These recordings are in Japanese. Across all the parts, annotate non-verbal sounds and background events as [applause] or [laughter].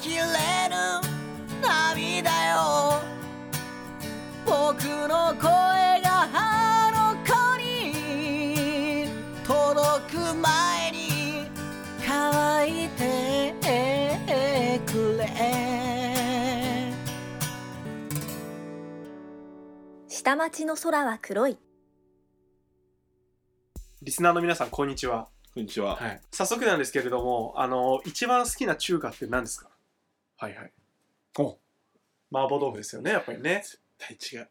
きれぬ涙よ僕の声があの子に届く前に乾いてくれ下町の空は黒いリスナーの皆さんこんにちは、こんにちは。はい、早速なんですけれどもあの一番好きな中華って何ですかはいはい。お麻婆豆腐ですよねやっぱりね大違う。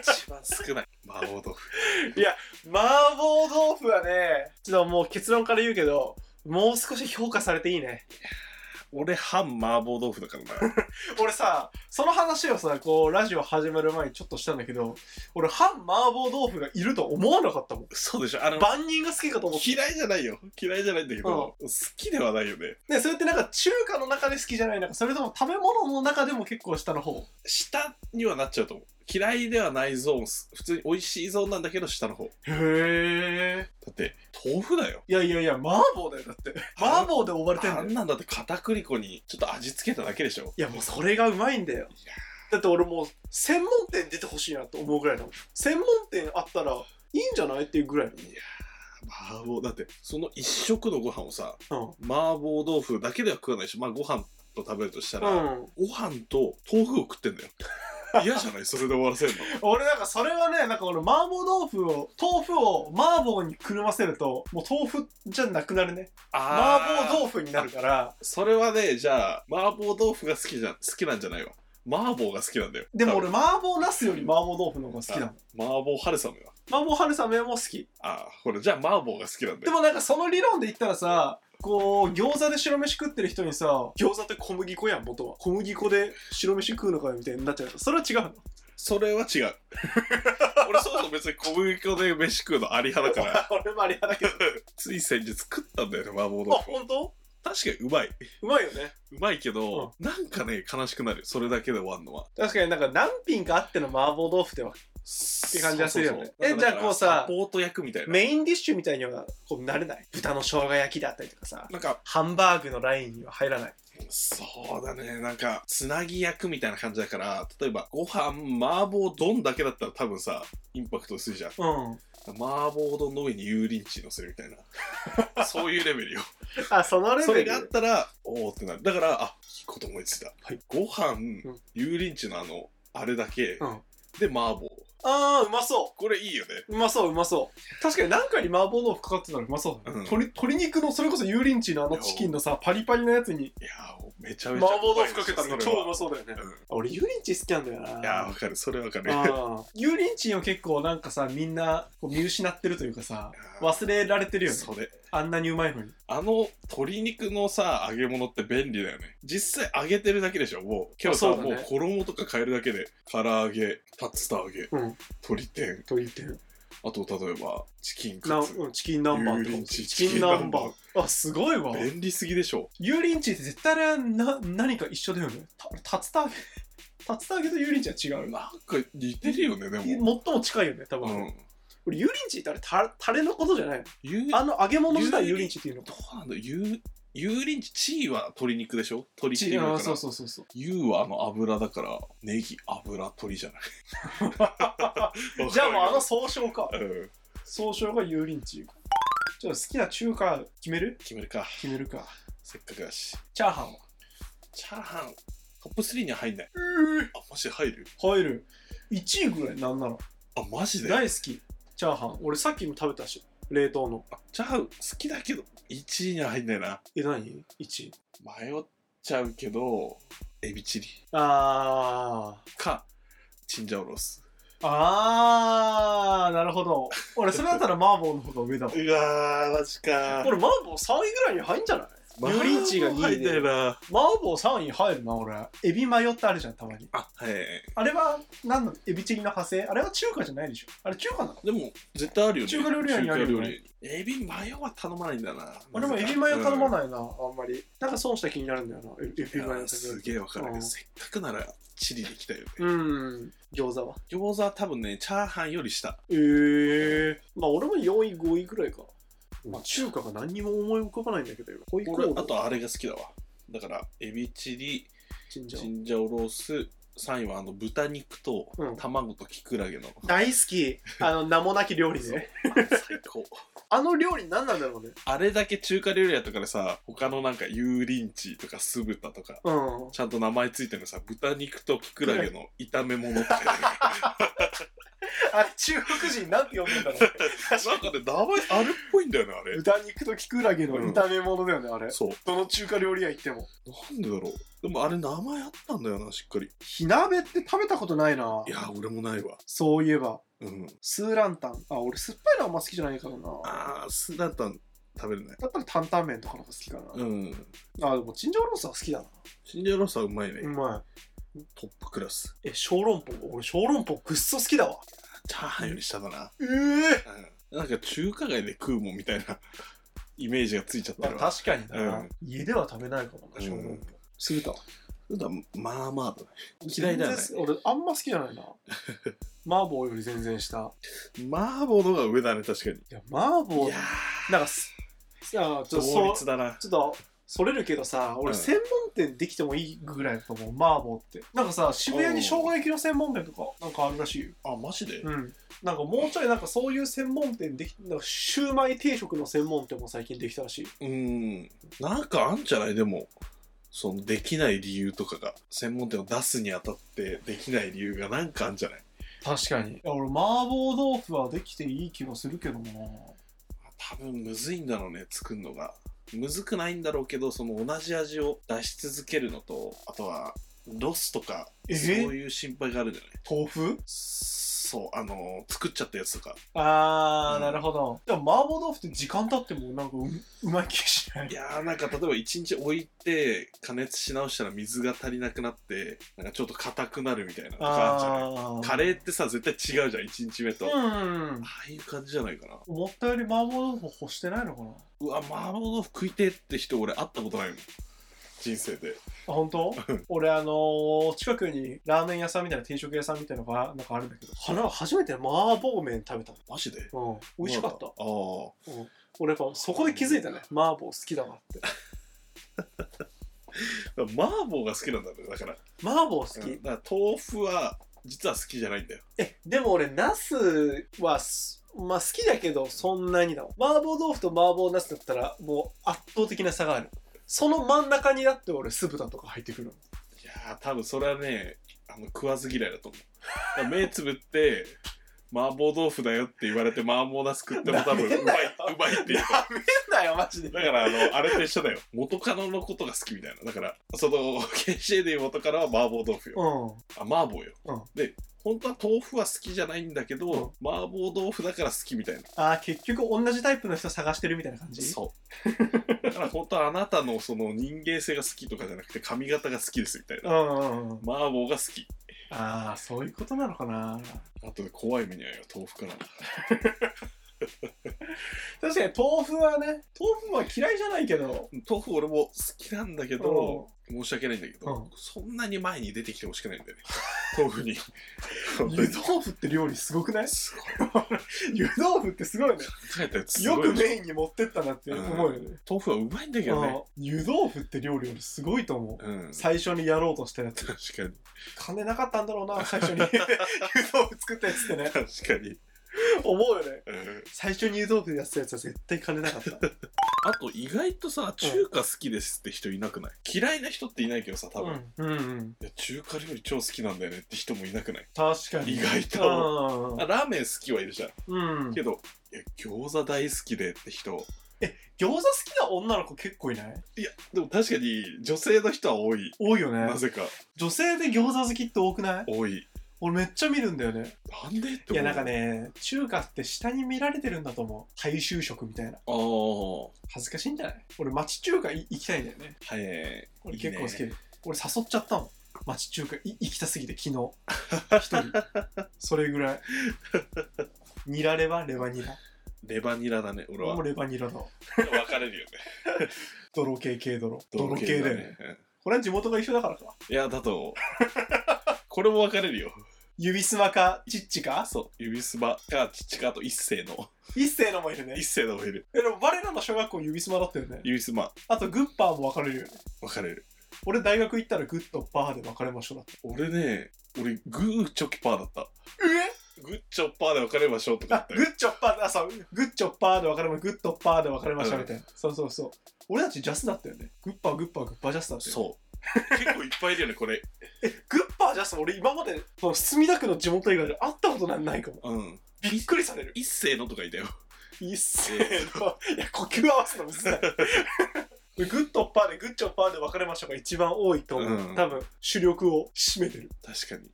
一番少ない。麻婆豆腐。麻婆豆腐はねちょっともう結論から言うけどもう少し評価されていいね俺、半麻婆豆腐だから [laughs] な。俺さその話をさこうラジオ始まる前にちょっとしたんだけど俺半麻婆豆腐がいると思わなかったもんそうでしょ。あの、万人が好きかと思って嫌いじゃないよ。嫌いじゃないんだけど、好きではないよね。ねそれってなんか中華の中で好きじゃないなんかそれとも食べ物の中でも結構下の方下にはなっちゃうと思う。嫌いではないゾーン、す普通に美味しいゾーンなんだけど、下の方。だへえって、豆腐だよ。いやいやいや麻婆だよだって麻婆で追われてんだあよんなんだって片栗粉にちょっと味付けただけでしょ。いやもうそれがうまいんだよいやだって俺もう専門店出てほしいなと思うぐらいだもん専門店あったらいいんじゃないっていうぐらい麻婆、だって、その一食のご飯をさ、の麻婆豆腐だけでは食わないでしょ。まあ、ご飯と食べるとしたうら、ん、うん、ご飯と豆腐を食ってんだよ。嫌じゃないそれで終わらせるの。俺なんかそれはねなんか俺麻婆豆腐を豆腐を麻婆にくるませるともう豆腐じゃなくなるね麻婆腐豆腐になるからそれはね、じゃあ、麻婆豆腐が好きじゃん、好きなんじゃないわ。麻婆が好きなんだよ。でも俺麻婆茄子より麻婆豆腐の方が好きだもん多分麻婆春雨は。麻婆春雨も好きああ、ほら、じゃあ麻婆が好きなんだでよ。もなんかその理論で言ったらさこう餃子で白飯食ってる人にさ餃子って小麦粉やん元は小麦粉で白飯食うのかよみたいになっちゃうそれは違うのそれは違う。 [laughs] 俺、そもそも別に小麦粉で飯食うのあり派だから。俺もあれやだけどつい先日食ったんだよね、あ麻婆豆腐を。本当確かにうまい。うまいよねうまいけど、なんかね、悲しくなる。それだけで終わんのは。確かになんか何品かあっての麻婆豆腐ではって感じはするよねえじゃあこうさサポート役みたいな。メインディッシュみたいにはこうなれない豚の生姜焼きであったりとかさなんか、ハンバーグのラインには入らないそうだね。なんか、つなぎ役みたいな感じだから、例えば、ご飯、麻婆丼だけだったら多分さ、インパクト薄いじゃん。うん麻婆丼の上に油淋鶏乗せるみたい [laughs] な。そういうレベルよ。あそのレそベれルがあったら、おおってなる。だから、あ、いいこと思いついた。はいご飯、油淋鶏のあの、あれだけ、うんで、麻婆。あーうまそこれいいよね。ううまそううまそう確かに何かに麻婆豆腐かかってたらうまそうだね、うん鶏鶏肉のそれこそ油淋鶏のあのチキンのさパリパリのやつにいやー、めちゃめち麻ゃ。婆豆腐かけたらそれ超うはまそうだよねうん俺油淋鶏好きなんだよないやー、わかる。それわかる。あー油淋鶏を結構なんかさみんなこう見失ってるというかさ忘忘れられてるよねそれ。あんなにうまいのにあの鶏肉のさ揚げ物って便利だよね実際揚げてるだけでしょもう今日そさうだねもう衣とか変えるだけで唐揚げ竜田揚げ、うん鶏天と言ってるあと例えばチキンなカツうんチキン南蛮とか油も淋鶏チキン南蛮あすごいわ油便利すぎでしょ淋鶏って絶対あれはな何か一緒だよねた竜田揚げ竜田揚げと油淋鶏は違うよなんか似てるよねで最も、も近いよね多う分、ん、俺油淋鶏ってあれたタレのことじゃないのゆあの揚げ物自体油淋鶏っていうのどかうなんだゆ油淋鶏チーは鶏肉でしょ鶏っていうあかーらそうそうそう [laughs] そうゆはあの油だからネギ油鶏じゃないじゃあもうあの総称かの、うん、総称が油淋鶏かじゃあ好きな中華決める決めるか決めるかせっかくだしチャーハンはチャーハン、トップ3には入んない。あ、マジで入る入る1位ぐらいなんならあ、マジであ大好きチャーハン俺さっきも食べたし冷凍のチャーハン好きだけど、1位には入んないな。え何 ?1 位迷っちゃうけど、エビチリあーか、チンジャオロース。あーなるほど俺それだったら麻婆の方が上 [laughs] だわうわー、マジか俺麻婆3位ぐらいに入んじゃない油淋鶏が2位で入んないな。麻婆3位入るな俺エビマヨってあるじゃんたまにあ、はい。あれは何なのエビチリの派生あれは中華じゃないでしょあれ中華なのでも、絶対あるよね。中華料理屋にあるよね中華料理エビマヨは頼まないんだな。俺もエビマヨ頼まい。ないな、あんまりなんか損した気になるんだよなエビエいビやマヨーだけどすげえわかるけどうんせっかくならチリできたよね。うん餃子は餃子は多分ね、チャーハンより下。ええまあ俺も4位5位ぐらいか、まあ、中華が何にも思い浮かばないんだけど今ホイコ俺ーロあとあれが好きだわだからエビチリチンジャチオンジャオロース3位はあの豚肉とうん卵とキクラゲの、大好きあの名もなき料理ね最高あの料理何なんだろうねあれだけ中華料理やったからさ他のなんか油淋鶏とか酢豚とかうんちゃんと名前ついてるのさ豚肉とキクラゲの炒め物って [laughs] あれ中国人なんて呼ぶんだろうなんかね名前あれっぽいんだよねあれ豚肉とキクラゲの炒め物だよね、あれそうどの中華料理屋行ってもなんでだろうでもあれ名前あったんだよなしっかり火鍋って食べたことないないや俺もないわそういえばうんスーランタンあ俺酸っぱいのあんま好きじゃないからなあー酢だったん食べるねだったら担々麺とかの方が好きかな、うんあでもチンジャオロースは好きだなチンジャオロースはうまいね、うまトップクラスいえ小籠包俺小籠包ぐっそ好きだわチャーハンより下だな、ええうん、なんか中華街で食うもんみたいな [laughs] イメージがついちゃったまるあ、わ確かにだな、うん家では食べないかもな小籠う包んすると普段まあまあだね嫌いだよね全然俺あんま好きじゃない [laughs] な麻婆より全然下麻婆の方が上だね確かにいや麻い婆やなんかすいやちょっーと同そう率だなちょっとそれるけどさ俺うん専門店できてもいいぐらいだと思う麻婆ってなんかさ渋谷に生姜焼きの専門店とかなんかあるらしいよあマジで、うんなんかもうちょいなんかそういう専門店できなんかシューマイ定食の専門店も最近できたらしいうんなんかあんじゃないでもそのできない理由とかが専門店を出すにあたってできない理由がなんかあんじゃない確かにいや俺麻婆豆腐はできていい気がするけどな多分むずいんだろうね作るのがむずくないんだろうけどその同じ味を出し続けるのとあとはロスとかえそういう心配があるんじゃない豆腐そうあのー作っちゃったやつとかあー、うんなるほどでも麻婆豆腐って時間経ってもなんかううまい気がしないいやーなんか例えば一日置いて加熱し直したら水が足りなくなってなんかちょっと硬くなるみたいなのとかあるじゃないあカレーってさ絶対違うじゃん1日目と、あうんあいう感じじゃないかな思ったより麻婆豆腐欲してないのかなうわ麻婆豆腐食いてえって人俺会ったことないもん人生であ本当俺あのー近くにラーメン屋さんみたいな定食屋さんみたいなのがなんかあるんだけど花は初めて麻婆麺食べたマジでうん美味しかったああ俺やっぱそこで気づいたね麻婆好きだなってだから麻婆が好きなんだねだから麻婆好き、うんだから豆腐は実は好きじゃないんだよえでも俺ナスはすまあ好きだけどそんなにだもん麻婆豆腐と麻婆ナスだったらもう圧倒的な差があるその真ん中にだって俺酢豚とか入ってくるいやー多分それはねあの食わず嫌いだと思うだから目つぶって麻婆豆腐だよって言われて麻婆ナス食っても多分うまいうまいって言うダメだよマジでだからあのあれと一緒だよ元カノのことが好きみたいなだからその KCA でいう元カノは麻婆豆腐ようんあ麻婆よ、うんで本当は豆腐は好きじゃないんだけど、麻婆豆腐だから好きみたいなあー結局同じタイプの人探してるみたいな感じそう。だから本当はあなたのその人間性が好きとかじゃなくて髪型が好きですみたいな。んうんうん麻婆が好き。ああそういうことなのかなあとで怖い目に遭うよ、豆腐から。確かに豆腐はね豆腐は嫌いじゃないけど豆腐俺も好きなんだけど、申し訳ないんだけど、うんそんなに前に出てきてほしくないんだよね。豆 [laughs] 腐に。本当湯に豆腐って料理すごくないすごい。湯豆腐ってすごいね考えたやつすよごいくメインに持ってったなって思うよね豆腐はうまいんだけどね。うん湯豆腐って料理よりすごいと思う、うん。最初にやろうとしたやつ確かに。金なかったんだろうな最 [laughs] 初に湯豆腐作ったやつってね確かに。思うよねうん最初に湯豆腐でやってたやつは絶対金なかったあと意外とさ、中華好きですって人いなくない嫌いな人っていないけどさ、多分。うん、うんうんいや中華料理超好きなんだよねって人もいなくない確かに意外とあラーメン好きはいるじゃんうんけどいや餃子大好きでって人餃子好きな女の子結構いないいやでも確かに女性の人は多い多いよねなぜか女性で餃子好きって多くない多い俺めっちゃ見るんだよねなんでって思ういやなんかね中華って下に見られてるんだと思う大衆食みたいなああは恥ずかしいんじゃない俺町中華い行きたいんだよねいはい俺結構好きいいで俺誘っちゃったもん町中華い行きたすぎて昨日 [laughs] 一人それぐらいニラレバレバニラレバニラだね俺はもう分レバニラだわかれ [laughs] るよね泥系系泥泥系だよねねうん [laughs] これは地元が一緒だからかいやだとこれも分かれるよ指すまかチッチかそう、指すばか、ちっちかあと一世の。 [laughs] 一世のもいるね一世のもいる。えでも我らの小学校指すまだったよね指すま、あとグッパーも分かれるよね分かれる。俺大学行ったらグッとパーで分かれましょうだって俺ね、俺、グーチョキパーだった。えグッチョッパーで分かれましょうとかあ [laughs] 言グっ。ッチョッパーあそうグッチョッパーで分かれまグッとパーで分かれましたみたいな、そうそうそう俺たちジャスだったよねグッパーグッパーグッパージャスだったたよねそう。結構いっぱいいるよね、これ。グッパージャス俺今までその墨田区の地元以外で会ったことなんないかもうん。びっくりされる一世のとかいたよ。いっせーのいや呼吸合わせるの難しいグッとパーでグッチョッパーで分かれましょうが一番多いと思う、うん多分主力を占めてる確 [laughs] かに。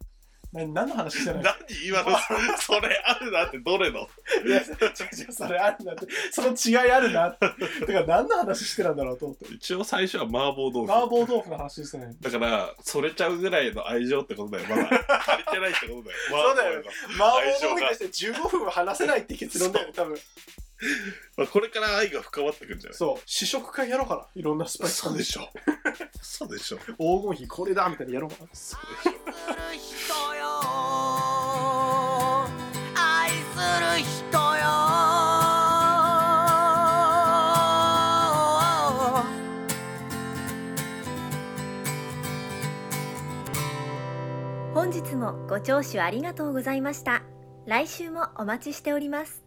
な何の話してない何今の、それあるなってどれの [laughs] いや違う違うそれあるなってその違いあるなってだから何の話してたんだろうと思って一応最初は麻婆豆腐。麻婆豆腐の話ですねだから、それちゃうぐらいの愛情ってことだよ、まだ。足りてないってことだよ。そうだよ麻婆豆腐麻婆豆の腐に対して15分は話せないって結論だよね多分まあこれから愛が深まってくんじゃないそう試食会やろうかないろんなスパイス嘘でしょ。嘘でしょ。黄金比これだみたいなやろうかな愛する人よ愛する人よ本日もご聴取ありがとうございました来週もお待ちしております